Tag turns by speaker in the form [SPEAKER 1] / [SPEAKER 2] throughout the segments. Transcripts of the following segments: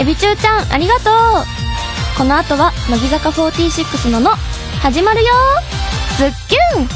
[SPEAKER 1] エビチューちゃんありがとうこの後は乃木坂46のの始まるよズッキュン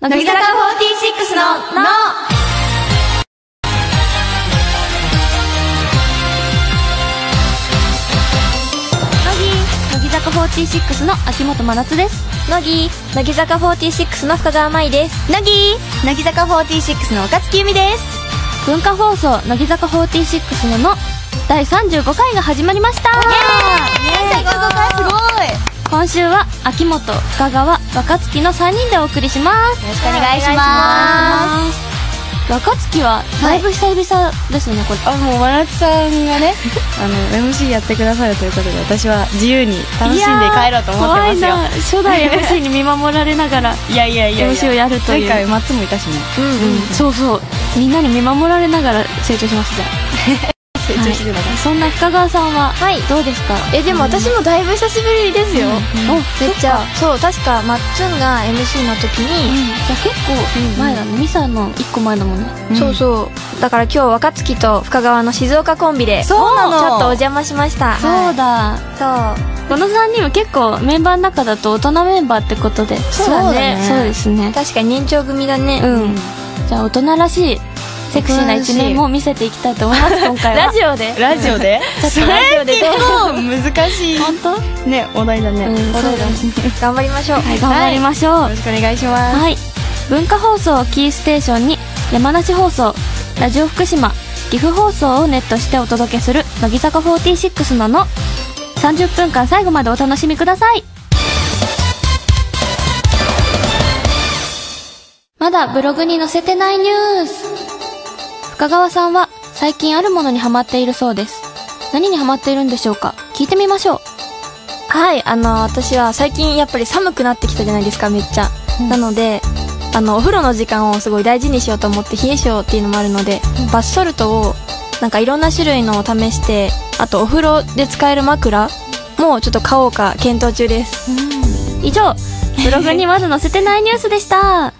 [SPEAKER 1] 乃木坂46の「の」乃木乃木坂46の秋元真夏です
[SPEAKER 2] 乃木乃木坂46の深川舞です
[SPEAKER 3] 乃木乃木坂46の岡月由美です
[SPEAKER 1] 文化放送乃木坂46の「の」第35回が始まりました
[SPEAKER 3] 最高回すごい
[SPEAKER 1] 今週は秋元深川若月の3人でお送りします
[SPEAKER 3] よろしくお願いします
[SPEAKER 1] 若月はだいぶ久々ですね、これ
[SPEAKER 4] あもう真夏さんがねあの MC やってくださるということで私は自由に楽しんで帰ろうと思っ
[SPEAKER 1] 怖
[SPEAKER 4] てますよ
[SPEAKER 1] いな初代 MC に見守られながら
[SPEAKER 4] いやいやいやい
[SPEAKER 1] MC をやるという
[SPEAKER 4] 前回松もいたしね
[SPEAKER 1] うんうん、そうそうみんなに見守られながら成長しました
[SPEAKER 4] 成長してるのが、
[SPEAKER 1] そんな深川さんは
[SPEAKER 2] はい
[SPEAKER 1] どうですか、
[SPEAKER 2] えでも私もだいぶ久しぶりですよ、
[SPEAKER 1] お
[SPEAKER 2] めっちゃそう確かまっつんが MC の時
[SPEAKER 1] うん
[SPEAKER 2] に、
[SPEAKER 1] じゃあ結構前だね、ミサの1個前だもんね
[SPEAKER 4] ん
[SPEAKER 2] そうそうだから今日若槻と深川の静岡コンビでちょっ
[SPEAKER 4] そうなの
[SPEAKER 2] とお邪魔しました
[SPEAKER 1] そうだ
[SPEAKER 2] はい
[SPEAKER 1] この3人は結構メンバーの中だと大人メンバーってことで
[SPEAKER 2] そうだね
[SPEAKER 1] そうですね
[SPEAKER 2] そう確かに年長組だね、
[SPEAKER 1] うんじゃあ大人らしいセクシーな一面も見せていきたいと思います今回は
[SPEAKER 2] ラジオで
[SPEAKER 4] ラジオで
[SPEAKER 2] ちょっとラジ オで
[SPEAKER 4] 結構難し
[SPEAKER 1] 本当
[SPEAKER 4] いねお題だね、
[SPEAKER 1] うん
[SPEAKER 4] よ
[SPEAKER 1] そうだね
[SPEAKER 2] 頑張りましょう、
[SPEAKER 1] はい頑張りましょう、
[SPEAKER 4] ろしくお願いします、
[SPEAKER 1] はい文化放送をキーステーションに山梨放送ラジオ福島岐阜放送をネットしてお届けする乃木坂46のの30分間最後までお楽しみくださいまだブログに載せてないニュース深川さんは最近あるものにハマっているそうです何にハマっているんでしょうか聞いてみましょう
[SPEAKER 2] はいあの私は最近やっぱり寒くなってきたじゃないですかめっちゃ、
[SPEAKER 1] うん
[SPEAKER 2] なのであのお風呂の時間をすごい大事にしようと思って冷え性っていうのもあるので、バスソルトをなんかいろんな種類のを試してあとお風呂で使える枕もちょっと買おうか検討中です
[SPEAKER 1] 以上ブログにまだ載せてないニュースでした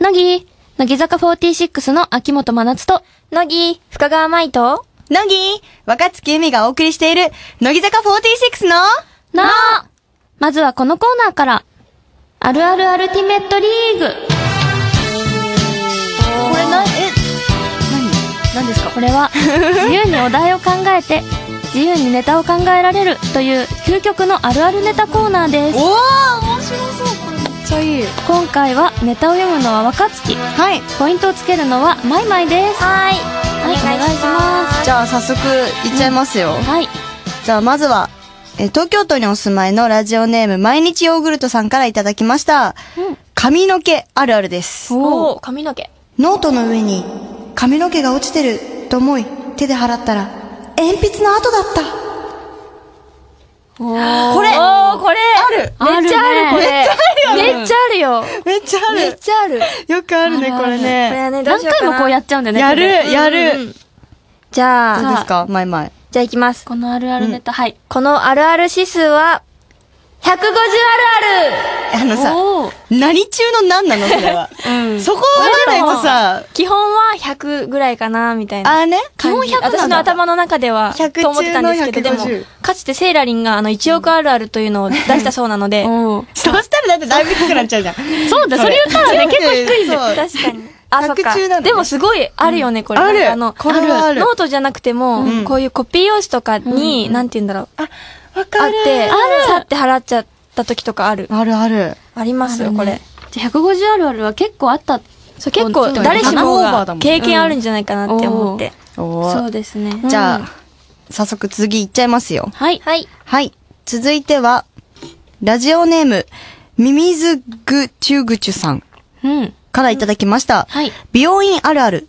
[SPEAKER 1] 乃木乃木坂46の秋元真夏と
[SPEAKER 2] 乃木深川舞と
[SPEAKER 4] 乃木若月由美がお送りしている乃木坂46の
[SPEAKER 1] のまずはこのコーナーからあるあるアルティメットリーグ
[SPEAKER 4] これなえ何何ですか
[SPEAKER 1] これは自由にお題を考えて自由にネタを考えられるという究極のあるあるネタコーナーです
[SPEAKER 4] おお面白そうこれめっちゃいい
[SPEAKER 1] 今回はネタを読むのは若月
[SPEAKER 4] はい
[SPEAKER 1] ポイントをつけるのはマイマイです
[SPEAKER 2] はい
[SPEAKER 1] はいお願いします
[SPEAKER 4] じゃあ早速いっちゃいますよ、
[SPEAKER 1] はい
[SPEAKER 4] じゃあまずは、えー東京都にお住まいのラジオネーム毎日ヨーグルトさんからいただきました。
[SPEAKER 1] うん
[SPEAKER 4] 髪の毛あるあるです。
[SPEAKER 2] おお髪の毛
[SPEAKER 4] ノートの上に髪の毛が落ちてると思い手で払ったら鉛筆の跡だった。
[SPEAKER 2] これおおこれ
[SPEAKER 4] ある
[SPEAKER 1] あるね
[SPEAKER 2] めっちゃあるこれめ
[SPEAKER 4] めっ
[SPEAKER 2] っ
[SPEAKER 4] ち
[SPEAKER 2] ち
[SPEAKER 4] ゃ
[SPEAKER 2] ゃあるよ
[SPEAKER 4] めっちゃあ
[SPEAKER 2] めっ
[SPEAKER 4] る。
[SPEAKER 2] ちゃある
[SPEAKER 4] よくあるね、
[SPEAKER 1] あるあ
[SPEAKER 4] こ
[SPEAKER 1] る
[SPEAKER 4] れ
[SPEAKER 2] これ
[SPEAKER 4] ね。
[SPEAKER 2] はねどう
[SPEAKER 1] 何
[SPEAKER 2] しよう
[SPEAKER 1] 回
[SPEAKER 2] かな
[SPEAKER 1] もこうやっちゃうんだよね
[SPEAKER 4] やる
[SPEAKER 1] 手で、
[SPEAKER 4] や
[SPEAKER 2] うんう
[SPEAKER 4] る
[SPEAKER 2] ん。じ
[SPEAKER 4] どう
[SPEAKER 2] ゃ
[SPEAKER 4] で
[SPEAKER 2] あ
[SPEAKER 4] すか前々。
[SPEAKER 2] じゃあいきます
[SPEAKER 1] このあるあるネタ、はい
[SPEAKER 2] このあるある指数は150あるある
[SPEAKER 4] あのさ、
[SPEAKER 1] おー
[SPEAKER 4] 何中の何なのそれは。そこを分からないとさ、
[SPEAKER 2] 基本は100ぐらいかなみたいな
[SPEAKER 4] あーね、基
[SPEAKER 2] 感
[SPEAKER 4] 本
[SPEAKER 2] じ
[SPEAKER 4] 100なんだ
[SPEAKER 2] 私の頭の中では
[SPEAKER 4] 100
[SPEAKER 2] と思ってたんですけど
[SPEAKER 4] 中
[SPEAKER 2] で
[SPEAKER 4] の
[SPEAKER 2] も
[SPEAKER 4] 150
[SPEAKER 2] かつてセイラリンがあの1億あるあるというのを出したそうなので
[SPEAKER 1] おー
[SPEAKER 4] そうしたらだってだいぶ低くなっちゃうじゃん。
[SPEAKER 1] そうだそれ言ったらね結構低いんだよ
[SPEAKER 4] そう
[SPEAKER 2] 確かにあそ
[SPEAKER 4] 100
[SPEAKER 2] っ
[SPEAKER 4] 中なのね
[SPEAKER 2] かでもすごいあるよねこれ
[SPEAKER 4] ある
[SPEAKER 2] あの
[SPEAKER 4] これはある
[SPEAKER 2] ノートじゃなくても
[SPEAKER 4] うん
[SPEAKER 2] こういうコピー用紙とかになんて言うんだろう
[SPEAKER 4] わ
[SPEAKER 2] あ
[SPEAKER 4] か
[SPEAKER 2] っ
[SPEAKER 4] る。
[SPEAKER 2] てさって払っちゃった時とかある
[SPEAKER 4] あるある。
[SPEAKER 2] ありますよこれ
[SPEAKER 1] じゃあ150あるあるは結構あった
[SPEAKER 2] そう結構誰しもが経験あるんじゃないかなって思って
[SPEAKER 4] お
[SPEAKER 1] そう
[SPEAKER 4] ー
[SPEAKER 1] ですね
[SPEAKER 4] じゃ
[SPEAKER 2] うん
[SPEAKER 4] あ、早速次いっちゃいますよ。
[SPEAKER 1] はいはい
[SPEAKER 4] はい。続いては、ラジオネーム、ミミズグチュグチュさん
[SPEAKER 1] うん。
[SPEAKER 4] からいただきました。
[SPEAKER 1] はい。
[SPEAKER 4] 美容院あるある。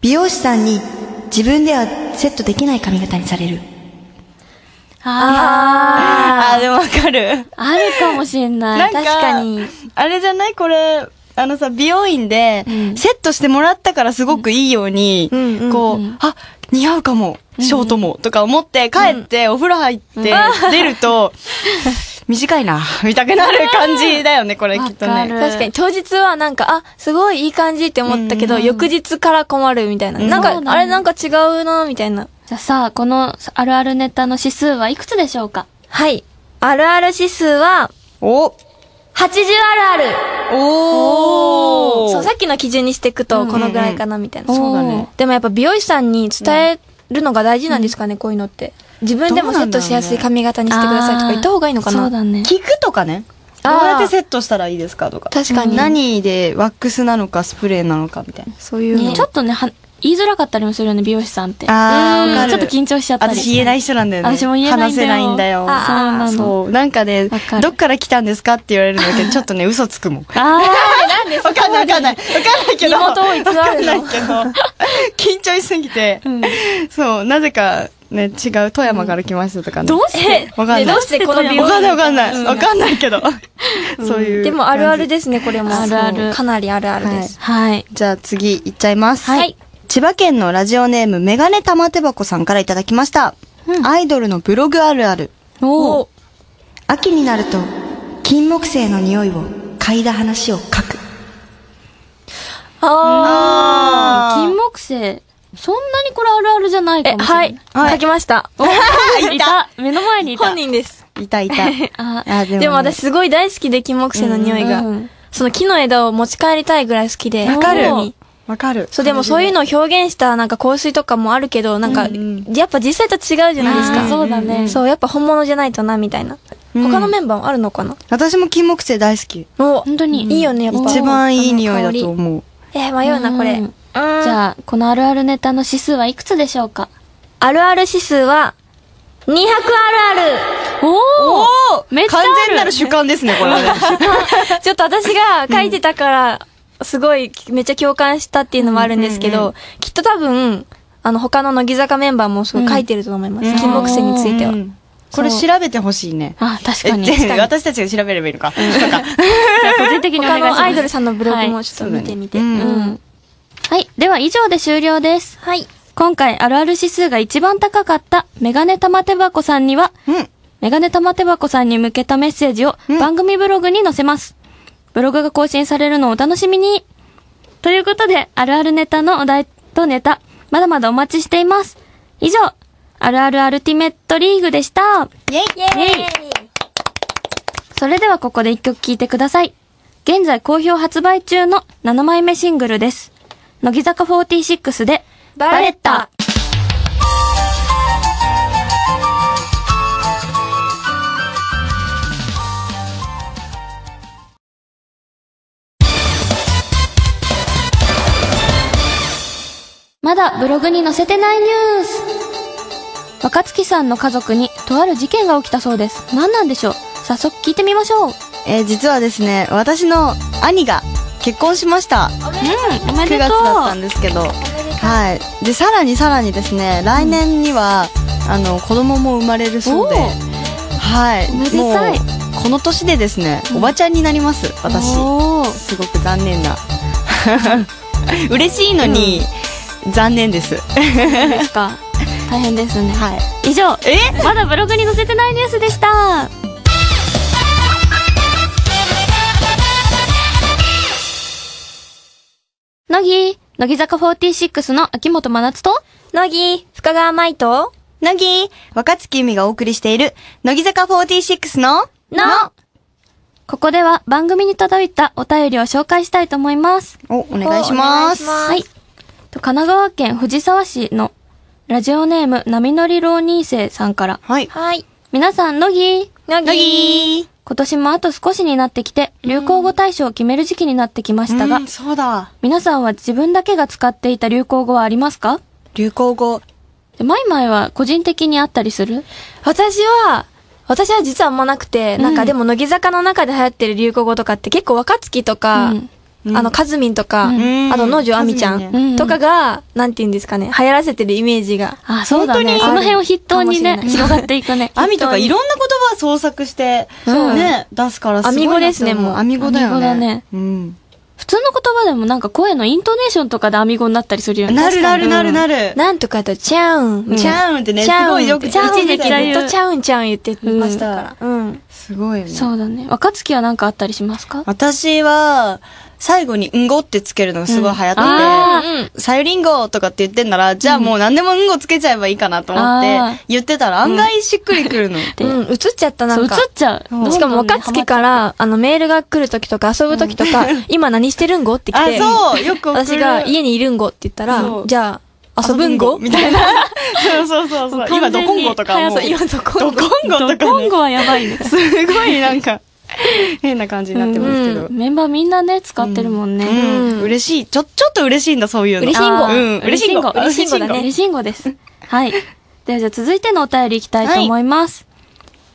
[SPEAKER 4] 美容師さんに自分ではセットできない髪型にされる。
[SPEAKER 1] あ
[SPEAKER 4] あー、でもわかる。
[SPEAKER 1] あ、あるかもしんない。
[SPEAKER 4] なんか
[SPEAKER 1] 確かに。
[SPEAKER 4] あれじゃないこれ、あのさ、美容院で、
[SPEAKER 1] ん
[SPEAKER 4] セットしてもらったからすごくいいように、
[SPEAKER 2] んうん
[SPEAKER 4] こう、あ、似合うかも、ショートも、とか思って、帰って、お風呂入って、出ると、短いな、みたくなる感じだよね、これ、きっと
[SPEAKER 1] わか
[SPEAKER 4] ね
[SPEAKER 1] る。
[SPEAKER 2] 確かに、当日はなんか、あ、すごいいい感じって思ったけど、翌日から困るみたいな。
[SPEAKER 4] うん
[SPEAKER 2] なんか、
[SPEAKER 1] そうなんだ
[SPEAKER 2] あれなんか違うな、みたいな。
[SPEAKER 1] じゃあさ、このあるあるネタの指数はいくつでしょうか
[SPEAKER 2] はい。あるある指数は、
[SPEAKER 4] お
[SPEAKER 2] 80あるある
[SPEAKER 4] おー
[SPEAKER 2] そう、さっきの基準にしていくと、このぐらいかな、みたいな。
[SPEAKER 4] そうだね
[SPEAKER 2] でもやっぱ美容師さんに伝えるのが大事なんですかね、こういうのって。自分でもセットしやすい髪型にしてくださいとか言った方がいいのかな。
[SPEAKER 1] そうだね。
[SPEAKER 4] 聞くとかね。どうやってセットしたらいいですかとか。
[SPEAKER 2] 確かに。
[SPEAKER 4] 何でワックスなのかスプレーなのかみたいな。そういうの。
[SPEAKER 1] ちょっとね、は言いづらかったりもするよね、美容師さんって。
[SPEAKER 4] あー
[SPEAKER 1] うん
[SPEAKER 4] わかる
[SPEAKER 1] ちょっと緊張しちゃったり。
[SPEAKER 4] 私言えない人なんだよね。
[SPEAKER 1] 私も言えないんだよ
[SPEAKER 4] 話せないんだよ。
[SPEAKER 1] あそうなの
[SPEAKER 4] そうなんかね
[SPEAKER 1] わか、る
[SPEAKER 4] どっから来たんですかって言われるんだけど、ちょっとね、嘘つく もん。わ
[SPEAKER 1] あ
[SPEAKER 4] かんないわかんない。わかんないけど。
[SPEAKER 2] 身元を偽るの
[SPEAKER 4] わかんない けど。緊張しすぎて。そう、なぜかね、違う富山から来ましたとかね。
[SPEAKER 1] どう
[SPEAKER 2] え
[SPEAKER 1] して
[SPEAKER 4] わかんない。
[SPEAKER 2] でどうしてこの美
[SPEAKER 4] わかん
[SPEAKER 2] 容師
[SPEAKER 4] ないわかんない。わかんないけど。そういう。
[SPEAKER 2] でもあるある。ですね、これも。
[SPEAKER 1] あるある
[SPEAKER 2] かなりあるあるです。
[SPEAKER 1] はい。
[SPEAKER 4] じゃあ次行っちゃいます。
[SPEAKER 1] はい。
[SPEAKER 4] 千葉県のラジオネームメガネ玉手箱さんからいただきました。アイドルのブログあるある。
[SPEAKER 1] おー
[SPEAKER 4] 秋になると、金木犀の匂いを嗅いだ話を書く。
[SPEAKER 1] あ金木犀。そんなにこれあるあるじゃないか
[SPEAKER 2] え、
[SPEAKER 1] もしれな。
[SPEAKER 2] はいい。書きました。
[SPEAKER 1] いた目の前にいた。
[SPEAKER 2] 本人です。
[SPEAKER 4] いたいた。
[SPEAKER 1] あ、
[SPEAKER 4] あ
[SPEAKER 2] でも私、すごい大好きで、キンモクセイの匂いが
[SPEAKER 1] うんうん。
[SPEAKER 2] その木の枝を持ち帰りたいぐらい好きで。
[SPEAKER 1] わかる
[SPEAKER 2] 本当に
[SPEAKER 4] わかる。
[SPEAKER 2] そう、でもそういうのを表現したなんか香水とかもあるけど、なんか、やっぱ実際と違うじゃないです
[SPEAKER 1] あ
[SPEAKER 2] か。
[SPEAKER 1] ーそうだね
[SPEAKER 2] そう、やっぱ本物じゃないとな、みたいな。
[SPEAKER 4] うん
[SPEAKER 2] 他のメンバーもあるのかな
[SPEAKER 4] 私も金木犀大好き。
[SPEAKER 2] お
[SPEAKER 1] 本当に
[SPEAKER 2] いいよね、やっぱ。
[SPEAKER 4] 一番いい匂いだと
[SPEAKER 2] この香
[SPEAKER 4] 思う。
[SPEAKER 2] り。えー、迷うな、これ。
[SPEAKER 1] う
[SPEAKER 2] うんん
[SPEAKER 1] じゃあ、このあるあるネタの指数はいくつでしょうか
[SPEAKER 2] あるある指数は、200あるあ
[SPEAKER 1] おおめっちゃあ
[SPEAKER 4] 完
[SPEAKER 1] る
[SPEAKER 4] 全なる主観ですね、これはね。
[SPEAKER 2] る ちょっと私が書いてたから、すごい、めっちゃ共感したっていうのもあるんですけど、きっと多分、あの、他の乃木坂メンバーもすごい書いてると思います。
[SPEAKER 4] うん
[SPEAKER 2] 金木犀については。
[SPEAKER 4] うんこれ調べてほしいね。
[SPEAKER 1] あ、確
[SPEAKER 4] え
[SPEAKER 1] かに。
[SPEAKER 4] 全部
[SPEAKER 1] じゃ
[SPEAKER 4] 私たちが調べればいいのか。そうか。
[SPEAKER 1] あ個人的にお願
[SPEAKER 2] 他
[SPEAKER 1] いします。
[SPEAKER 2] のアイドルさんのブログもちょっと見てみて。
[SPEAKER 4] はいそうだね
[SPEAKER 2] うん
[SPEAKER 1] はい。では以上で終了です。はい。今回あるある指数が一番高かったメガネ玉手箱さんには、
[SPEAKER 4] うん。
[SPEAKER 1] メガネ玉手箱さんに向けたメッセージを
[SPEAKER 4] うん
[SPEAKER 1] 番組ブログに載せます。ブログが更新されるのをお楽しみに。ということで、あるあるネタのお題とネタ、まだまだお待ちしています。以上、あるあるアルティメットリーグでした。
[SPEAKER 4] イェイ
[SPEAKER 1] イエイそれではここで一曲聴いてください。現在好評発売中の7枚目シングルです。乃木坂46で、
[SPEAKER 2] バレッタ。
[SPEAKER 1] まだブログに載せてないニュース若月さんの家族にとある事件が起きたそうです。何なんでしょう早速聞いてみましょう。
[SPEAKER 4] えー実はですね、私の兄が結婚しました。
[SPEAKER 1] うん、おめ
[SPEAKER 4] 9
[SPEAKER 1] で
[SPEAKER 4] 月
[SPEAKER 1] とう。
[SPEAKER 4] だったんですけどはいでさらにさらにですね来年には、あの子供も生まれるそうで
[SPEAKER 1] おー
[SPEAKER 4] はい
[SPEAKER 1] おめでたい
[SPEAKER 4] もうこの年でですねおばちゃんになります、私
[SPEAKER 1] おー
[SPEAKER 4] すごく残 念な嬉しいのに、残念ですは
[SPEAKER 1] ですか。大変ですね。
[SPEAKER 4] い
[SPEAKER 1] 以上、
[SPEAKER 4] え
[SPEAKER 1] まだブログに載せてないニュースでした。乃木、乃木坂46の秋元真夏と、
[SPEAKER 2] 乃木、深川舞と、
[SPEAKER 4] 乃木若月由美がお送りしている乃木坂46の
[SPEAKER 1] のここでは番組に届いたお便りを紹介したいと思います。
[SPEAKER 4] おお願いします
[SPEAKER 1] はい。と神奈川県藤沢市のラジオネーム波乗り浪人生さんから。
[SPEAKER 4] はい
[SPEAKER 2] はい。
[SPEAKER 1] 皆さん、乃木
[SPEAKER 2] 乃
[SPEAKER 4] 乃木
[SPEAKER 1] 今年もあと少しになってきて、流行語大賞を決める時期になってきましたが
[SPEAKER 4] うん、そうだ
[SPEAKER 1] 皆さんは自分だけが使っていた流行語はありますか
[SPEAKER 4] 流行語
[SPEAKER 1] でマイマイは個人的にあったりする
[SPEAKER 2] 私は、私は実はあんまなくて、なんかでも乃木坂の中で流行ってる流行語とかって結構若月とか、あの、かずみんとか、
[SPEAKER 4] ん
[SPEAKER 2] あと、能條亜美ちゃ
[SPEAKER 4] かずみ
[SPEAKER 1] ん
[SPEAKER 2] ん
[SPEAKER 1] ね
[SPEAKER 2] とかが、なんて言うんですかね、流行らせてるイメージが。
[SPEAKER 1] あ、そうだね。
[SPEAKER 4] 本当に
[SPEAKER 1] その辺を筆頭にね
[SPEAKER 2] か、もしれな
[SPEAKER 1] 広がっていく ね。
[SPEAKER 4] アミとかいろんな言葉創作して、
[SPEAKER 2] うん
[SPEAKER 4] ね、出すからすごいなって思う。
[SPEAKER 2] 網語ですねもう
[SPEAKER 4] 網語だよね。
[SPEAKER 1] 網語だね
[SPEAKER 4] うん。
[SPEAKER 1] 普通の言葉でもなんか声のイントネーションとかでアミ語になったりするよね。
[SPEAKER 4] なるなるなるなる。
[SPEAKER 2] なんとかと、ちゃうん。
[SPEAKER 4] チャーンってね、すごいよく
[SPEAKER 2] ちゃうん
[SPEAKER 4] 一時
[SPEAKER 2] で
[SPEAKER 4] 期
[SPEAKER 1] 嫌い
[SPEAKER 2] ずっとちゃうんちゃうん言ってましたから。うん。
[SPEAKER 4] すごいよね。
[SPEAKER 1] そうだね。若月はなんかあったりしますか
[SPEAKER 4] 私は、最後に、んごってつけるのがすごい流行ってて、
[SPEAKER 1] あー
[SPEAKER 4] さゆりんごとかって言ってんなら、じゃあもう何でもんごつけちゃえばいいかなと思っ
[SPEAKER 1] あ
[SPEAKER 4] て、言ってたら案外しっくりくるの。
[SPEAKER 1] で
[SPEAKER 2] うん、映っちゃったな
[SPEAKER 1] そうん映っ
[SPEAKER 2] か。
[SPEAKER 1] ちゃう。。
[SPEAKER 2] しかも若月からら、あの、メールが来る時とか遊ぶ時とか、今何してるんごって来
[SPEAKER 4] あ、
[SPEAKER 2] て、
[SPEAKER 4] そう、よく送る。
[SPEAKER 2] 私が家にいるんごって言った
[SPEAKER 4] そ
[SPEAKER 2] ら
[SPEAKER 4] う、
[SPEAKER 2] じゃあ、遊ぶんご
[SPEAKER 4] みたいな。そうそうそうそう。今、ドコンゴとかもう。
[SPEAKER 1] 完全に
[SPEAKER 2] 今ど
[SPEAKER 4] ド
[SPEAKER 2] こ
[SPEAKER 4] コンゴとか
[SPEAKER 1] 今
[SPEAKER 4] ね
[SPEAKER 1] 後。はやばいね。
[SPEAKER 4] すごいな んか、変な感じになってますけど。
[SPEAKER 1] メンバーみんなね、使ってるもん
[SPEAKER 4] う
[SPEAKER 1] ね。
[SPEAKER 4] ん
[SPEAKER 2] うん
[SPEAKER 4] 嬉しい。ちょ、ちょっと嬉しいんだ、そういうの。
[SPEAKER 2] 嬉しいんご
[SPEAKER 4] あーうん、嬉しいんご。
[SPEAKER 2] 嬉しいんごだね
[SPEAKER 1] 嬉しいんごです。 はい。ではじゃあ続いてのお便りいきたいと思います。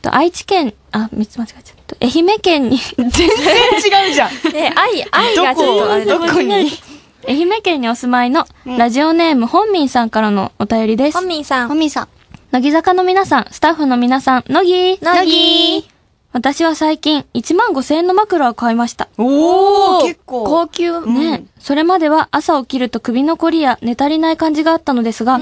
[SPEAKER 1] と愛知県、あ、3つ間違えちゃった。愛媛県 に、
[SPEAKER 4] 全然違うじゃん。
[SPEAKER 2] で、愛、愛がちょっとあれ
[SPEAKER 4] どこ、どこに。
[SPEAKER 1] 愛媛県にお住まいの、ラジオネーム本民さんからのお便りです
[SPEAKER 2] 本。民さん。
[SPEAKER 4] ミさん。
[SPEAKER 1] 乃木坂の皆さん、スタッフの皆さん、乃木
[SPEAKER 2] 乃木
[SPEAKER 1] 私は最近、1万5千円の枕を買いました。
[SPEAKER 4] おー、結構。
[SPEAKER 2] 高級。
[SPEAKER 1] ね、それまでは朝起きると首のこりや寝足りない感じがあったのですが、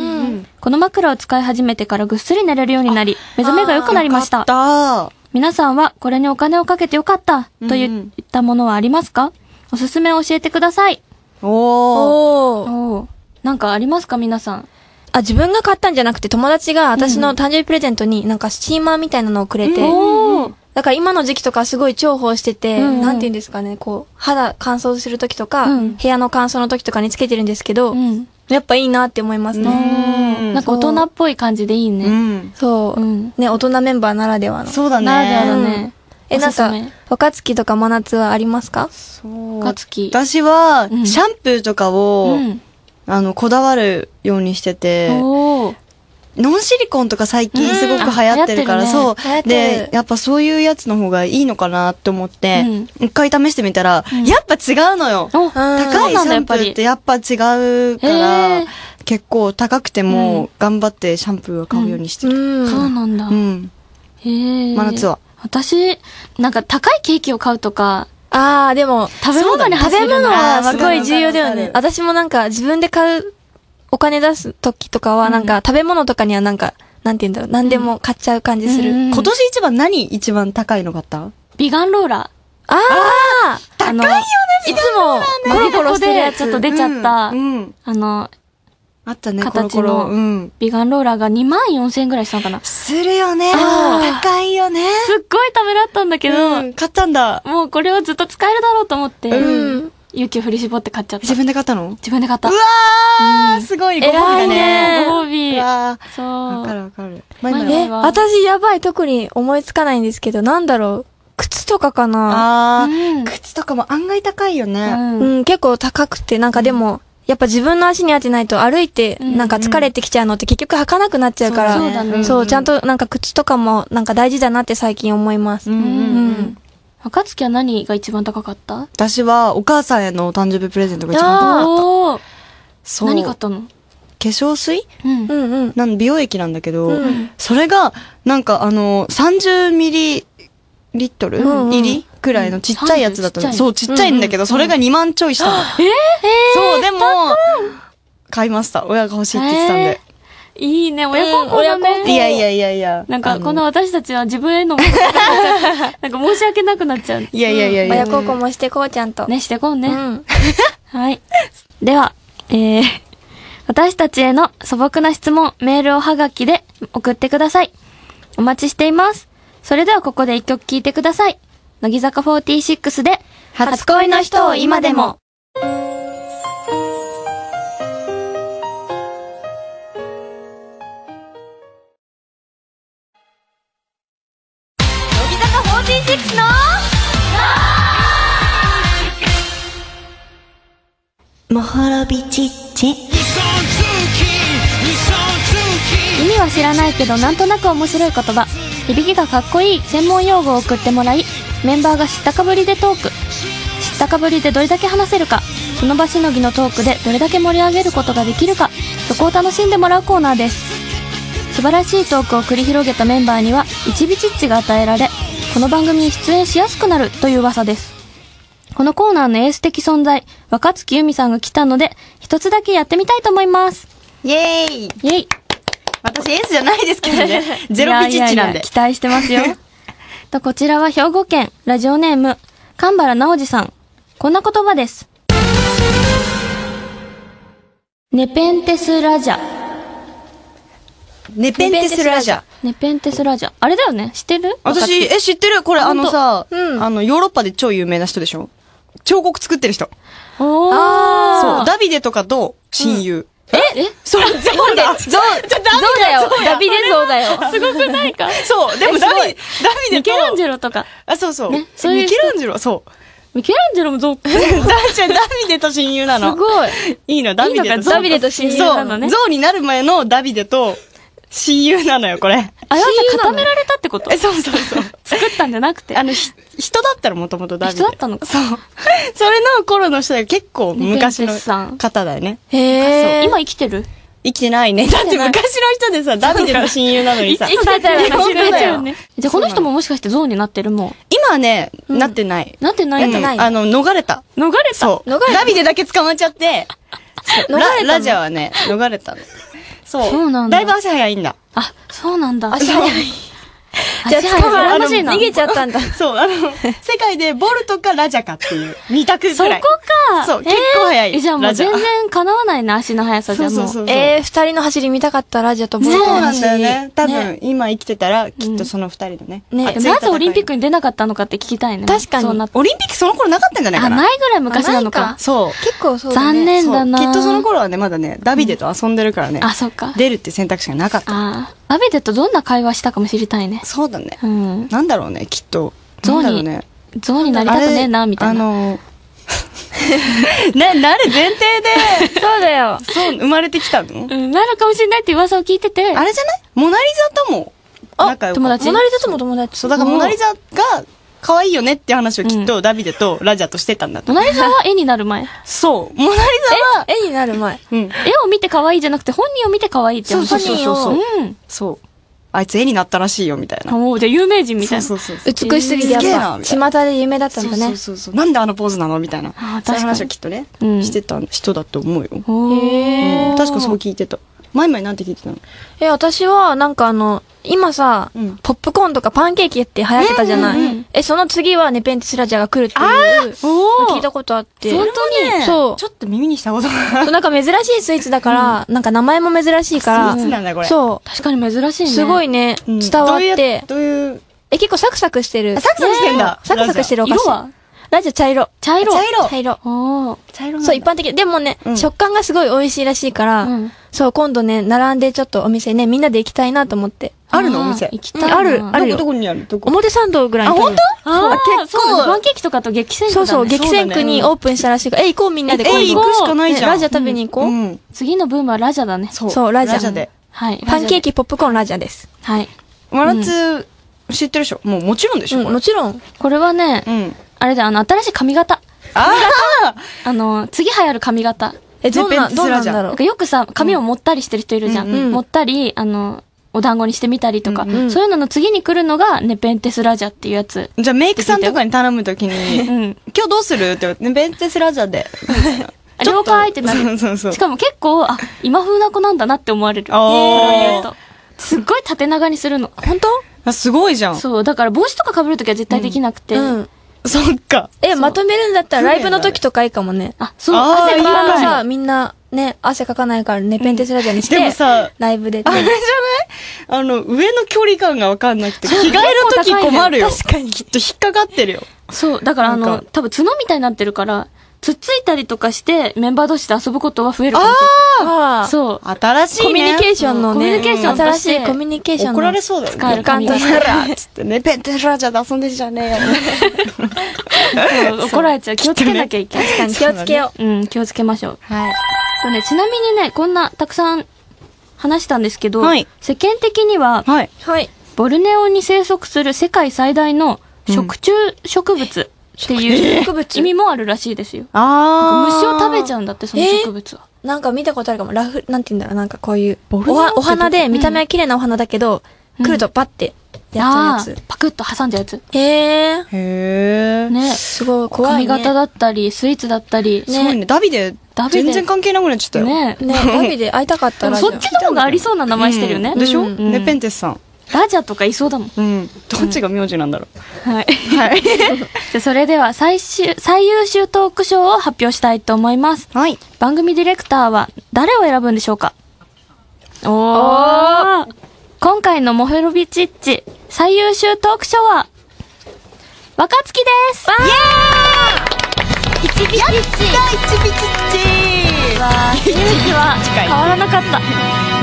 [SPEAKER 1] この枕を使い始めてからぐっすり寝れるようになり、目覚めが良くなりました。
[SPEAKER 4] だ
[SPEAKER 1] 皆さんはこれにお金をかけてよかった
[SPEAKER 4] うん
[SPEAKER 1] といったものはありますかおすすめを教えてください。
[SPEAKER 4] おー。
[SPEAKER 2] おー。
[SPEAKER 1] おーなんかありますか皆さん。
[SPEAKER 2] あ、自分が買ったんじゃなくて友達が私の誕生日プレゼントになんかスチーマーみたいなのをくれて、
[SPEAKER 1] おー
[SPEAKER 2] だから今の時期とかすごい重宝してて、
[SPEAKER 1] うんうん
[SPEAKER 2] なんて言うんですかね、こう、肌乾燥する時とか、
[SPEAKER 1] うん
[SPEAKER 2] 部屋の乾燥の時とかにつけてるんですけど、
[SPEAKER 1] うん。
[SPEAKER 2] やっぱいいなって思いますね。
[SPEAKER 4] うん
[SPEAKER 1] なんか大人っぽい感じでいいね。
[SPEAKER 4] ん。
[SPEAKER 2] そう、
[SPEAKER 1] うん
[SPEAKER 2] ね、大人メンバーならではの。
[SPEAKER 4] そうだね。
[SPEAKER 1] ならではだね
[SPEAKER 2] うんえ、
[SPEAKER 1] お
[SPEAKER 2] な
[SPEAKER 1] す
[SPEAKER 2] ん
[SPEAKER 1] す
[SPEAKER 2] か
[SPEAKER 1] め、
[SPEAKER 2] 若月とか真夏はありますか
[SPEAKER 4] そう
[SPEAKER 1] 若月
[SPEAKER 4] 私は、シ
[SPEAKER 1] うん
[SPEAKER 4] ャンプーとかを、
[SPEAKER 1] うん。
[SPEAKER 4] あの、こだわるようにしてて、
[SPEAKER 1] おー
[SPEAKER 4] ノンシリコンとか最近すごく流行ってるから、
[SPEAKER 1] うん
[SPEAKER 4] そう
[SPEAKER 2] 流行っ。てる
[SPEAKER 4] で、やっぱそういうやつの方がいいのかなって思って、
[SPEAKER 1] うん
[SPEAKER 4] 一回試してみたら、
[SPEAKER 1] うん
[SPEAKER 4] やっぱ違うのよ。
[SPEAKER 1] お
[SPEAKER 4] 高いシ
[SPEAKER 1] そうなんだ
[SPEAKER 4] ャ
[SPEAKER 1] やっ
[SPEAKER 4] ンプ
[SPEAKER 1] ぱり
[SPEAKER 4] ーってやっぱ違うから、
[SPEAKER 1] へー
[SPEAKER 4] 結構高くて
[SPEAKER 1] う
[SPEAKER 4] も頑張ってシャンプーは買うようにして
[SPEAKER 2] う
[SPEAKER 4] る。
[SPEAKER 2] ん。
[SPEAKER 1] そうなんだ。
[SPEAKER 4] うん。
[SPEAKER 1] へえ。
[SPEAKER 4] 真夏は。
[SPEAKER 1] 私、なんか高いケーキを買うとか、
[SPEAKER 2] あー、でも、
[SPEAKER 1] 食べ物に
[SPEAKER 2] 食
[SPEAKER 1] 走
[SPEAKER 2] べ
[SPEAKER 1] るの
[SPEAKER 2] 物
[SPEAKER 1] は、
[SPEAKER 2] はすごい重要だよ
[SPEAKER 4] わ
[SPEAKER 2] ね。
[SPEAKER 4] か
[SPEAKER 2] 私もなんか自分で買う、お金出す時とかはなんか食べ物とかにはなんか、なんて言うんだろう、何でも買っちゃう感じする。
[SPEAKER 1] うん
[SPEAKER 4] 今年一番何一番高いの買った
[SPEAKER 1] ビガンローラ
[SPEAKER 2] ああ
[SPEAKER 1] ー。あの、
[SPEAKER 2] いつもゴロゴロしてるやつ。
[SPEAKER 1] ちょっと出ちゃった、
[SPEAKER 4] うんうん
[SPEAKER 1] あの、
[SPEAKER 4] あったね、コロ
[SPEAKER 1] 形
[SPEAKER 4] コ
[SPEAKER 1] の
[SPEAKER 4] ロ。うん。
[SPEAKER 1] ビガンローラーが2万4千円ぐらいしたのかな。す
[SPEAKER 4] するよね。
[SPEAKER 2] あー
[SPEAKER 4] 高いよね。
[SPEAKER 1] っごいためらったんだけど、
[SPEAKER 4] うん、買ったんだ。
[SPEAKER 1] もうこれをずっと使えるだろうと思って、
[SPEAKER 2] うん。
[SPEAKER 1] 勇気を振り絞って買っちゃった。
[SPEAKER 4] 自分で買ったの
[SPEAKER 1] 自分で買っ
[SPEAKER 4] う
[SPEAKER 1] た。
[SPEAKER 4] わー、すごいご褒美だね。
[SPEAKER 1] ご褒
[SPEAKER 4] う
[SPEAKER 1] 美。
[SPEAKER 4] わー
[SPEAKER 1] そう。
[SPEAKER 4] わかるわかる。ま
[SPEAKER 1] 前々
[SPEAKER 2] え、
[SPEAKER 1] は
[SPEAKER 2] 私やばい、特に思いつかないんですけど、なんだろう、靴とかかな
[SPEAKER 4] あ
[SPEAKER 1] う
[SPEAKER 4] ー、
[SPEAKER 1] ん
[SPEAKER 4] 靴とかも案外高いよね。
[SPEAKER 1] うん
[SPEAKER 2] うん、結構高くて、なんかでも、やっぱ自分の足に当てないと歩いて、
[SPEAKER 1] うん
[SPEAKER 2] なんか疲れてきちゃうのって結局履かなくなっちゃうから、
[SPEAKER 1] そうだね
[SPEAKER 2] そうちゃん。となんか靴とかもなんか大事だなって最近思います。
[SPEAKER 4] うんうんうん
[SPEAKER 2] うん
[SPEAKER 1] 若月は何が一番高かった
[SPEAKER 4] 私はお母さんへのお誕生日プレゼントが一番高い。
[SPEAKER 2] あ
[SPEAKER 1] おー
[SPEAKER 4] そう。
[SPEAKER 1] 何買っ
[SPEAKER 4] 化
[SPEAKER 1] たの
[SPEAKER 4] 粧水
[SPEAKER 1] うん
[SPEAKER 2] う。んうん。
[SPEAKER 4] なん美容液なんだけど、
[SPEAKER 2] うん
[SPEAKER 4] それが、なんかあの、30ミリリットル
[SPEAKER 2] うんうん
[SPEAKER 4] 入りくらいのちっちゃいやつだった
[SPEAKER 1] 30ちっち
[SPEAKER 4] の。
[SPEAKER 1] ゃい
[SPEAKER 4] そう、ちっちゃいんだけど、それが2万ちょいしたの。えそう、でも、買いました。親が欲しいって言ってたんで。
[SPEAKER 1] いいね、親孝行だ
[SPEAKER 2] うん親孝
[SPEAKER 1] ね。
[SPEAKER 2] 行
[SPEAKER 4] いやいやいやいや。
[SPEAKER 1] なんか、
[SPEAKER 4] あの
[SPEAKER 1] この私たちは自分へのものが なっちゃうなんか申し訳なくなっちゃう。
[SPEAKER 4] いやいやいやいや。
[SPEAKER 2] 親孝行もしてこうちゃんと。
[SPEAKER 1] ね、してこう
[SPEAKER 2] う
[SPEAKER 1] ね。
[SPEAKER 2] ん。
[SPEAKER 1] はい。では、えー、私たちへの素朴な質問、メールをはがきで送ってください。お待ちしています。それではここで一曲聴いてください。乃木坂46で、
[SPEAKER 4] 初恋の人を今でも。
[SPEAKER 3] 乃木坂46の
[SPEAKER 4] もほろびちっち。
[SPEAKER 1] 意味は知らないけどなんとなく面白い言葉いびきがかっこいい専門用語を送ってもらいメンバーが知ったかぶりでトーク知ったかぶりでどれだけ話せるかその場しのぎのトークでどれだけ盛り上げることができるかそこを楽しんでもらうコーナーです素晴らしいトークを繰り広げたメンバーには一ビチッチが与えられこの番組に出演しやすくなるという噂ですこのコーナーのエース的存在若月由美さんが来たので一つだけやってみたいと思います
[SPEAKER 3] イエーイ
[SPEAKER 1] イェイ
[SPEAKER 3] 私エースじゃないですけど ね。ゼロピチッチなんで
[SPEAKER 1] いやいやいや。期待してますよ。と、こちらは兵庫県、ラジオネーム、神原直治さん。こんな言葉です。ネペンテスラジャ。
[SPEAKER 4] ネペンテスラジャ。
[SPEAKER 1] ネペンテスラジャ。あれだよね知ってる
[SPEAKER 4] 私、え、知ってるこれあのさ、
[SPEAKER 2] うん
[SPEAKER 4] あの、ヨーロッパで超有名な人でしょ彫刻作ってる人。
[SPEAKER 1] おー。
[SPEAKER 4] そう。ダビデとかと親友。
[SPEAKER 1] え
[SPEAKER 4] そう、 そうだ。そう
[SPEAKER 2] ゾウだよダビデゾウだよ
[SPEAKER 1] すごくないか
[SPEAKER 4] そう、でもダビデ、ダビデと。
[SPEAKER 1] ミケランジェロとか。
[SPEAKER 4] あ、そうそう。
[SPEAKER 1] ねそういう
[SPEAKER 4] ミ
[SPEAKER 1] 人
[SPEAKER 4] ケランジェロ、そう。
[SPEAKER 1] ミケランジェロもどうす
[SPEAKER 4] ダじゃあダビデと親友なの。
[SPEAKER 1] ごい。
[SPEAKER 4] いいの、ダビ
[SPEAKER 1] い
[SPEAKER 4] デ
[SPEAKER 1] いの
[SPEAKER 4] と。
[SPEAKER 1] かダビデと親友なのね
[SPEAKER 4] そう、象になる前のダビデと親友なのよ、こ れ。
[SPEAKER 1] あれはじゃあ固められたってこと
[SPEAKER 4] え、そうそうそう。
[SPEAKER 1] 作ったんじゃなくて。
[SPEAKER 4] あの、ひ人だったらもともとダビデ。
[SPEAKER 1] 人だったのか。そう。
[SPEAKER 4] それの頃の人だよ結構昔の
[SPEAKER 1] ネペンテスさん
[SPEAKER 4] 方だよね。
[SPEAKER 2] へえ
[SPEAKER 1] 今生きてる
[SPEAKER 4] 生きてないね。だって昔の人でさ、ダビデの親友なのにさ。
[SPEAKER 1] 生きてたら
[SPEAKER 4] 生きてたよ
[SPEAKER 1] ね。じゃあこの人ももしかしてゾウになってるも
[SPEAKER 4] 今はね、なってない。
[SPEAKER 1] う。なってないんだ
[SPEAKER 4] うんあの、逃れた。
[SPEAKER 1] 逃れた。
[SPEAKER 4] そう。ダビデだけ捕まっちゃ って、そうララジャはね、逃れたの。そう。
[SPEAKER 1] そうなんだ
[SPEAKER 4] いぶ足早いんだ。
[SPEAKER 1] あ、そうなんだ。
[SPEAKER 2] 足早い
[SPEAKER 1] じゃあ、足
[SPEAKER 2] 捕ま
[SPEAKER 1] 早
[SPEAKER 2] ら
[SPEAKER 1] い。羨ましいな。
[SPEAKER 2] 逃げちゃったんだ
[SPEAKER 4] そう、あの、世界でボルトかラジャかっていう、二択ぐ
[SPEAKER 1] そこ
[SPEAKER 4] らい。
[SPEAKER 1] か。
[SPEAKER 4] そう結構早い
[SPEAKER 1] えーじゃあもう
[SPEAKER 4] ラジャ
[SPEAKER 1] 全然叶わないな、足の速さじ
[SPEAKER 4] そ
[SPEAKER 1] ゃ
[SPEAKER 4] う
[SPEAKER 1] も
[SPEAKER 4] そう
[SPEAKER 1] う。
[SPEAKER 4] そうそう。
[SPEAKER 2] えー、二人の走り見たかったらじゃあと思
[SPEAKER 4] そうう
[SPEAKER 2] と
[SPEAKER 4] なんだよね。多分
[SPEAKER 2] ね、
[SPEAKER 4] 今生きてたら、きっとその二人のね。
[SPEAKER 1] ね、
[SPEAKER 4] 熱い
[SPEAKER 1] なぜオリンピッ
[SPEAKER 4] 戦い
[SPEAKER 1] クに出なかったのかって聞きたいね。
[SPEAKER 2] 確かに
[SPEAKER 1] そうなっ
[SPEAKER 4] オリンピックその頃なかったんじゃないか
[SPEAKER 1] あ、
[SPEAKER 4] な。
[SPEAKER 1] ないぐらい昔なの
[SPEAKER 2] あない
[SPEAKER 1] か。
[SPEAKER 4] そう。
[SPEAKER 2] 結構そうだね
[SPEAKER 1] 残念だな。
[SPEAKER 4] そうきっとその。頃はね、まだね、ダビデと遊んでるからね。
[SPEAKER 1] あ、そっか。
[SPEAKER 4] 出るって選択肢がなかった。
[SPEAKER 1] あー、アビデとどんな会話したかも知りたいね。
[SPEAKER 4] そうだね。
[SPEAKER 1] うん。
[SPEAKER 4] なんだろうね、きっと。
[SPEAKER 1] ゾウ
[SPEAKER 4] なんだろう
[SPEAKER 1] に
[SPEAKER 4] ね。、
[SPEAKER 1] ゾウになりたくねえ
[SPEAKER 4] あ
[SPEAKER 1] な、
[SPEAKER 4] れ
[SPEAKER 1] みたいな。
[SPEAKER 4] あ の、な、なる前提 で、
[SPEAKER 2] そうだよ
[SPEAKER 4] そう、生まれてきたの
[SPEAKER 1] うん、なるかもしれないって噂を聞いてて。
[SPEAKER 4] あれじゃないモナリザとも、仲良かっ
[SPEAKER 1] 友
[SPEAKER 4] た
[SPEAKER 1] 達
[SPEAKER 2] モナリザとも友達
[SPEAKER 4] そう、だからモナリザが、可愛いよねっていう話をきっとダビデとラジャとしてたんだと
[SPEAKER 1] モ。ナリザは絵になる前。絵
[SPEAKER 4] そう、モナリザは、
[SPEAKER 2] 絵になる前
[SPEAKER 4] うん。
[SPEAKER 1] を見て可愛いじゃなくて、本人を見て可愛いって思
[SPEAKER 4] そうそうそうそう
[SPEAKER 1] うん。
[SPEAKER 4] そう。あいつ絵になったらしいよ、みたいな。
[SPEAKER 1] もう、じゃあ有名人みたいな。
[SPEAKER 4] そうそうそう。
[SPEAKER 2] 美しすぎてや
[SPEAKER 4] すげえ
[SPEAKER 2] っぱ
[SPEAKER 4] なみたい
[SPEAKER 2] 巷で有名だったん
[SPEAKER 4] そ
[SPEAKER 2] だ
[SPEAKER 4] う
[SPEAKER 2] ね
[SPEAKER 4] そうそう。なんであのポーズなのみたいな。
[SPEAKER 1] あー
[SPEAKER 4] そう
[SPEAKER 1] 確か
[SPEAKER 4] いう
[SPEAKER 1] に
[SPEAKER 4] 話をきっとね、
[SPEAKER 1] うん
[SPEAKER 4] してた人だと思うよ。うん
[SPEAKER 1] おー
[SPEAKER 4] 確かそう聞いてた。前々なんて聞いてたの
[SPEAKER 2] え私はなんかあの今さ
[SPEAKER 4] うん
[SPEAKER 2] ポップコーンとかパンケーキって流行ってたじゃな
[SPEAKER 1] うんうんう
[SPEAKER 2] いえその次はネペンテスラジャーが来るっていう
[SPEAKER 1] お
[SPEAKER 2] 聞いたことあって
[SPEAKER 1] 本当に
[SPEAKER 2] そう
[SPEAKER 4] ちょっと耳にしたことが。
[SPEAKER 2] そうなんか珍しいスイーツだからなんか名前も珍しいから
[SPEAKER 4] スイーツなんだこれ
[SPEAKER 2] そ
[SPEAKER 1] 確かに珍しいうね。
[SPEAKER 2] すごいね
[SPEAKER 4] うん
[SPEAKER 2] 伝わっ
[SPEAKER 4] どういう
[SPEAKER 2] て
[SPEAKER 4] やどういう、
[SPEAKER 2] え結構サクサクしてる
[SPEAKER 4] あサクサクしてんだ
[SPEAKER 2] そうサクサクしてるお菓子
[SPEAKER 1] 色は
[SPEAKER 2] ラジャー茶色
[SPEAKER 1] 茶色。
[SPEAKER 4] 茶色
[SPEAKER 2] 茶色
[SPEAKER 1] おー
[SPEAKER 4] 茶色
[SPEAKER 2] そう、一般的。でもね、
[SPEAKER 4] うん
[SPEAKER 2] 食感がすごい美味しいらしいから、
[SPEAKER 1] うん
[SPEAKER 2] そう、今度ね、並んでちょっとお店ね、みんなで行きたいなと思って。
[SPEAKER 4] あるの
[SPEAKER 1] ー
[SPEAKER 4] お店
[SPEAKER 1] 行きたいな。
[SPEAKER 2] うんあるあ
[SPEAKER 4] あ
[SPEAKER 2] る
[SPEAKER 4] る
[SPEAKER 2] よ
[SPEAKER 4] どこにあるどこ
[SPEAKER 2] 表参道ぐらいに。
[SPEAKER 4] 本
[SPEAKER 1] あー、
[SPEAKER 4] 結構
[SPEAKER 1] そうなんだパンケーキとかと激戦区だ
[SPEAKER 2] そう
[SPEAKER 1] ね。
[SPEAKER 2] そう、激戦区にオープンしたらしいから、え、行こうみんなで
[SPEAKER 4] え、行くしかないじゃん。
[SPEAKER 2] ねラジャー食べに行こう。
[SPEAKER 4] んん
[SPEAKER 1] 次のブームはラジャだね。
[SPEAKER 4] そう。
[SPEAKER 2] そうラジャー
[SPEAKER 4] で。
[SPEAKER 1] はい。
[SPEAKER 2] パンケー
[SPEAKER 1] キ。
[SPEAKER 2] キ、ポップコーン、ラジャーです。
[SPEAKER 1] はい。
[SPEAKER 4] 真夏、知ってるでしょもうもちろんでし
[SPEAKER 2] う
[SPEAKER 4] ょ
[SPEAKER 2] ん、
[SPEAKER 4] これ
[SPEAKER 2] もちろん。
[SPEAKER 1] これはね
[SPEAKER 4] う、ん。
[SPEAKER 1] あれだよ、あの、新しい髪型。
[SPEAKER 4] あ
[SPEAKER 1] あの、次流行る髪型。
[SPEAKER 2] え、どん
[SPEAKER 4] ネペ
[SPEAKER 2] な、
[SPEAKER 4] ンテ
[SPEAKER 2] どう
[SPEAKER 4] ス
[SPEAKER 2] な
[SPEAKER 4] ラ
[SPEAKER 2] ん
[SPEAKER 4] ジャー
[SPEAKER 2] だろ
[SPEAKER 1] な。
[SPEAKER 2] うん
[SPEAKER 1] かよくさ、髪を持ったりしてる人いるじゃん。
[SPEAKER 4] うん
[SPEAKER 2] うん
[SPEAKER 1] 持ったり、あの、お団子にしてみたりとか、
[SPEAKER 4] うん
[SPEAKER 2] うん
[SPEAKER 1] そういうのの次に来るのが、ネペンテスラジャっていうやつ。
[SPEAKER 4] ーじゃあメイクさんとかに頼むときに、
[SPEAKER 1] うん。
[SPEAKER 4] 今日どうするって言われて、ベンテスラジャーで。
[SPEAKER 1] あ了解ってなる。
[SPEAKER 4] そうそうそう。
[SPEAKER 1] しかも結構、あ、今風な子なんだなって思われる。
[SPEAKER 4] おー
[SPEAKER 1] これを言うとすっごい縦長にするの。
[SPEAKER 2] 本当
[SPEAKER 4] あすごいじゃん。そ
[SPEAKER 1] そう、だから帽子とか被るときは絶対できなくて。
[SPEAKER 2] うん。
[SPEAKER 4] っか。
[SPEAKER 2] え、まとめるんだったら、ライブの時とかいいかもね。
[SPEAKER 1] あ、そう、
[SPEAKER 4] あー
[SPEAKER 1] 汗
[SPEAKER 4] いい
[SPEAKER 1] が。
[SPEAKER 4] か
[SPEAKER 2] あ
[SPEAKER 4] も
[SPEAKER 2] のさ、みんな、ね、汗かかないから、ネペンテスラジャーにして、
[SPEAKER 4] でもさ
[SPEAKER 2] ライブで。
[SPEAKER 4] あれじゃないあの、上の距離感がわかんなくて、着替えるとき困るよ。
[SPEAKER 2] 結構高いね確かに
[SPEAKER 4] きっと引っかかってるよ。
[SPEAKER 1] そう、だからあ
[SPEAKER 4] なん
[SPEAKER 1] の、
[SPEAKER 4] か
[SPEAKER 1] 多分角みたいになってるから、つっついたりとかして、メンバー同士で遊ぶことは増えるかもし
[SPEAKER 2] あ
[SPEAKER 1] れない。そう。
[SPEAKER 4] 新しいね。
[SPEAKER 2] コミュニケー
[SPEAKER 4] シ
[SPEAKER 2] ションのね、
[SPEAKER 1] コミュニケーションと
[SPEAKER 2] 新
[SPEAKER 1] し
[SPEAKER 2] していコミュニケーションの
[SPEAKER 4] 怒られそうだよね。
[SPEAKER 1] 使える髪型
[SPEAKER 4] どうしたらつってね、ペンテスラジャーで遊んでるじゃねえよ。
[SPEAKER 1] そう怒られちゃう。気をつけなきゃいけない。
[SPEAKER 2] 確かに気をつけよう。
[SPEAKER 1] うん、気をつけましょう。
[SPEAKER 4] はい。
[SPEAKER 1] そうね、ちなみにね、こんなたくさん話したんですけど、
[SPEAKER 4] はい
[SPEAKER 1] 世間的には、
[SPEAKER 4] はい。
[SPEAKER 2] はい。
[SPEAKER 1] ボルネオに生息する世界最大の食虫植物っていう意味もあるらしいですよ。
[SPEAKER 4] あ
[SPEAKER 1] 虫を食べ
[SPEAKER 4] ち
[SPEAKER 1] ちゃうんだって、その植物は。
[SPEAKER 2] なんか見たことあるかも。ラフ、なんて言うんだろう。なんかこういう、お
[SPEAKER 4] ルネオ
[SPEAKER 2] はお花で見た目は綺麗なお花だけど、
[SPEAKER 1] うん
[SPEAKER 2] 来るとパッてやっちゃうやつ。
[SPEAKER 1] あーパクッと挟んじゃうやつ。
[SPEAKER 2] へー。
[SPEAKER 4] ゃう。へえ。
[SPEAKER 1] ね。
[SPEAKER 2] すごい怖
[SPEAKER 1] 髪
[SPEAKER 2] い、ね。
[SPEAKER 1] 型だったり、スイーツだったり。
[SPEAKER 4] すごいね。ダビデ
[SPEAKER 1] ダ、ビデ
[SPEAKER 4] 全然関係なくなっちゃったよ。
[SPEAKER 1] ね。
[SPEAKER 2] ね、ラビで会いたかっ
[SPEAKER 1] で
[SPEAKER 2] た
[SPEAKER 1] も
[SPEAKER 2] ら。
[SPEAKER 1] そっちの方がありそうな名前してるよね
[SPEAKER 4] う。んでしょ
[SPEAKER 1] うん
[SPEAKER 4] ね、ペンテスさん。
[SPEAKER 1] ラジャとかいそうだもん。
[SPEAKER 4] うん。どっちが名字なんだろ
[SPEAKER 1] はい。
[SPEAKER 4] う。はい。
[SPEAKER 1] じゃあそれでは最終、最優秀トーク賞を発表したいと思います。
[SPEAKER 4] はい。
[SPEAKER 1] 番組ディレクターは誰を選ぶんでしょうかおー今回のモフロビチッチ最優秀トーク賞は、若月ですイ
[SPEAKER 3] ピチピチピチピチ
[SPEAKER 1] エーイわー、エースは変わらなかった。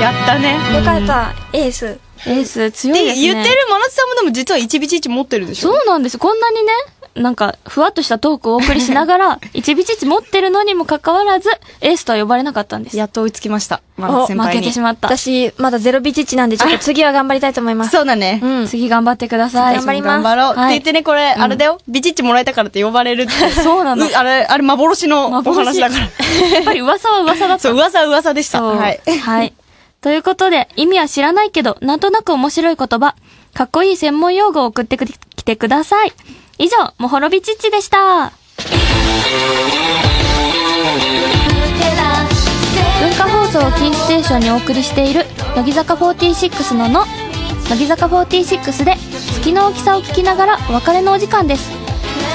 [SPEAKER 4] やったね。
[SPEAKER 2] よかった。エース。
[SPEAKER 1] エース強い
[SPEAKER 4] で、
[SPEAKER 1] ですね。
[SPEAKER 4] 言ってる真夏さんもでも実は111持ってるでしょ
[SPEAKER 1] そうなんです。こんなにね、なんか、ふわっとしたトークをお送りしながら、一ビチチ持ってるのにもかかわらず、エースとは呼ばれなかったんです。
[SPEAKER 4] やっと追いつきました。真夏先
[SPEAKER 1] 負
[SPEAKER 4] 輩
[SPEAKER 1] け
[SPEAKER 4] に。
[SPEAKER 1] てしまった。
[SPEAKER 2] 私、まだゼロビチッチなんで、ちょっと次は頑張りたいと思います。
[SPEAKER 4] そうだね。
[SPEAKER 2] うん。
[SPEAKER 1] 次頑張ってください。
[SPEAKER 2] 頑張り
[SPEAKER 4] 頑
[SPEAKER 2] ます
[SPEAKER 4] 張ろう。って
[SPEAKER 1] はい
[SPEAKER 4] 言ってね、これ、あれだよ。ビチッチもらえたからって呼ばれるって。
[SPEAKER 1] そうなの
[SPEAKER 4] あれ、あれ幻のお話だから。
[SPEAKER 1] やっぱり噂は噂 だった。
[SPEAKER 4] そう、噂は噂でした。
[SPEAKER 1] そう
[SPEAKER 4] はい。
[SPEAKER 1] はい。ということで、意味は知らないけど、なんとなく面白い言葉、かっこいい専門用語を送ってきてください。以上、もほろびちっちでした。文化放送をキーステーションにお送りしている、乃木坂46のの、乃木坂46で、月の大きさを聞きながらお別れのお時間です。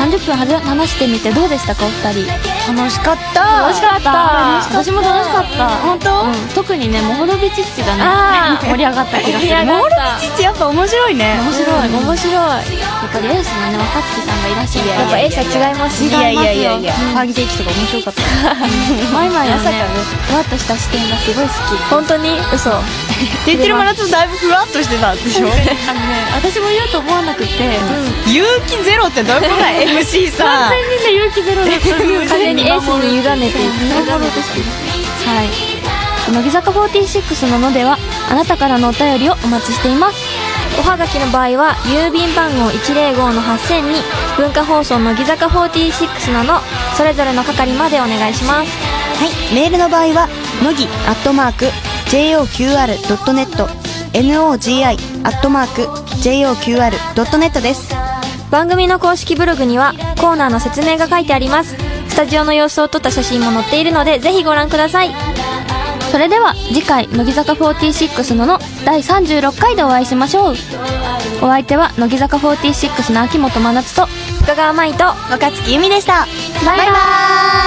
[SPEAKER 1] 30分はじ話してみてどうでしたか、お二人。
[SPEAKER 4] 楽しかった。
[SPEAKER 1] 楽しかった私も楽しかった本当、うん特にねモホロビチッチがね 盛り上がった気がするやっ
[SPEAKER 4] モールビチッチやっぱ面白いね。
[SPEAKER 2] 面白い。面白い。
[SPEAKER 1] ぱりエースのね若月さんがいらっしゃる
[SPEAKER 2] やっぱエースは違います
[SPEAKER 4] いやいやいや
[SPEAKER 1] 違い
[SPEAKER 4] い
[SPEAKER 1] ま
[SPEAKER 4] や、パンケーキとか面白かった。
[SPEAKER 1] マイマイのね
[SPEAKER 4] まさかね
[SPEAKER 1] ふわっとした視点がすごい好き
[SPEAKER 2] 本当に嘘。
[SPEAKER 4] って言ってる真夏だいぶふわっとしてたでしょ
[SPEAKER 1] あのね私も言うと思わなくて、
[SPEAKER 4] 勇気ゼロってどういうことだい MC さん
[SPEAKER 1] 完全にね勇気ゼ ロだったんで
[SPEAKER 2] 完全にエースに委ねていく。
[SPEAKER 1] はい乃木坂46ののではあなたからのお便りをお待ちしています
[SPEAKER 2] おはがきの場合は郵便番号105の8000に文化放送乃木坂46なのそれぞれの係までお願いします
[SPEAKER 5] はい、メールの場合は、のぎ、アットマーク、joqr.net、nogi、アットマーク、joqr.net です。
[SPEAKER 2] 番組の公式ブログにはコーナーの説明が書いてありますスタジオの様子を撮った写真も載っているのでぜひご覧ください
[SPEAKER 1] それでは次回乃木坂46のの第36回でお会いしましょうお相手は乃木坂46の秋元真夏と
[SPEAKER 2] 深川舞と
[SPEAKER 3] 若月由美でした
[SPEAKER 1] バイバイ
[SPEAKER 3] バイバーイ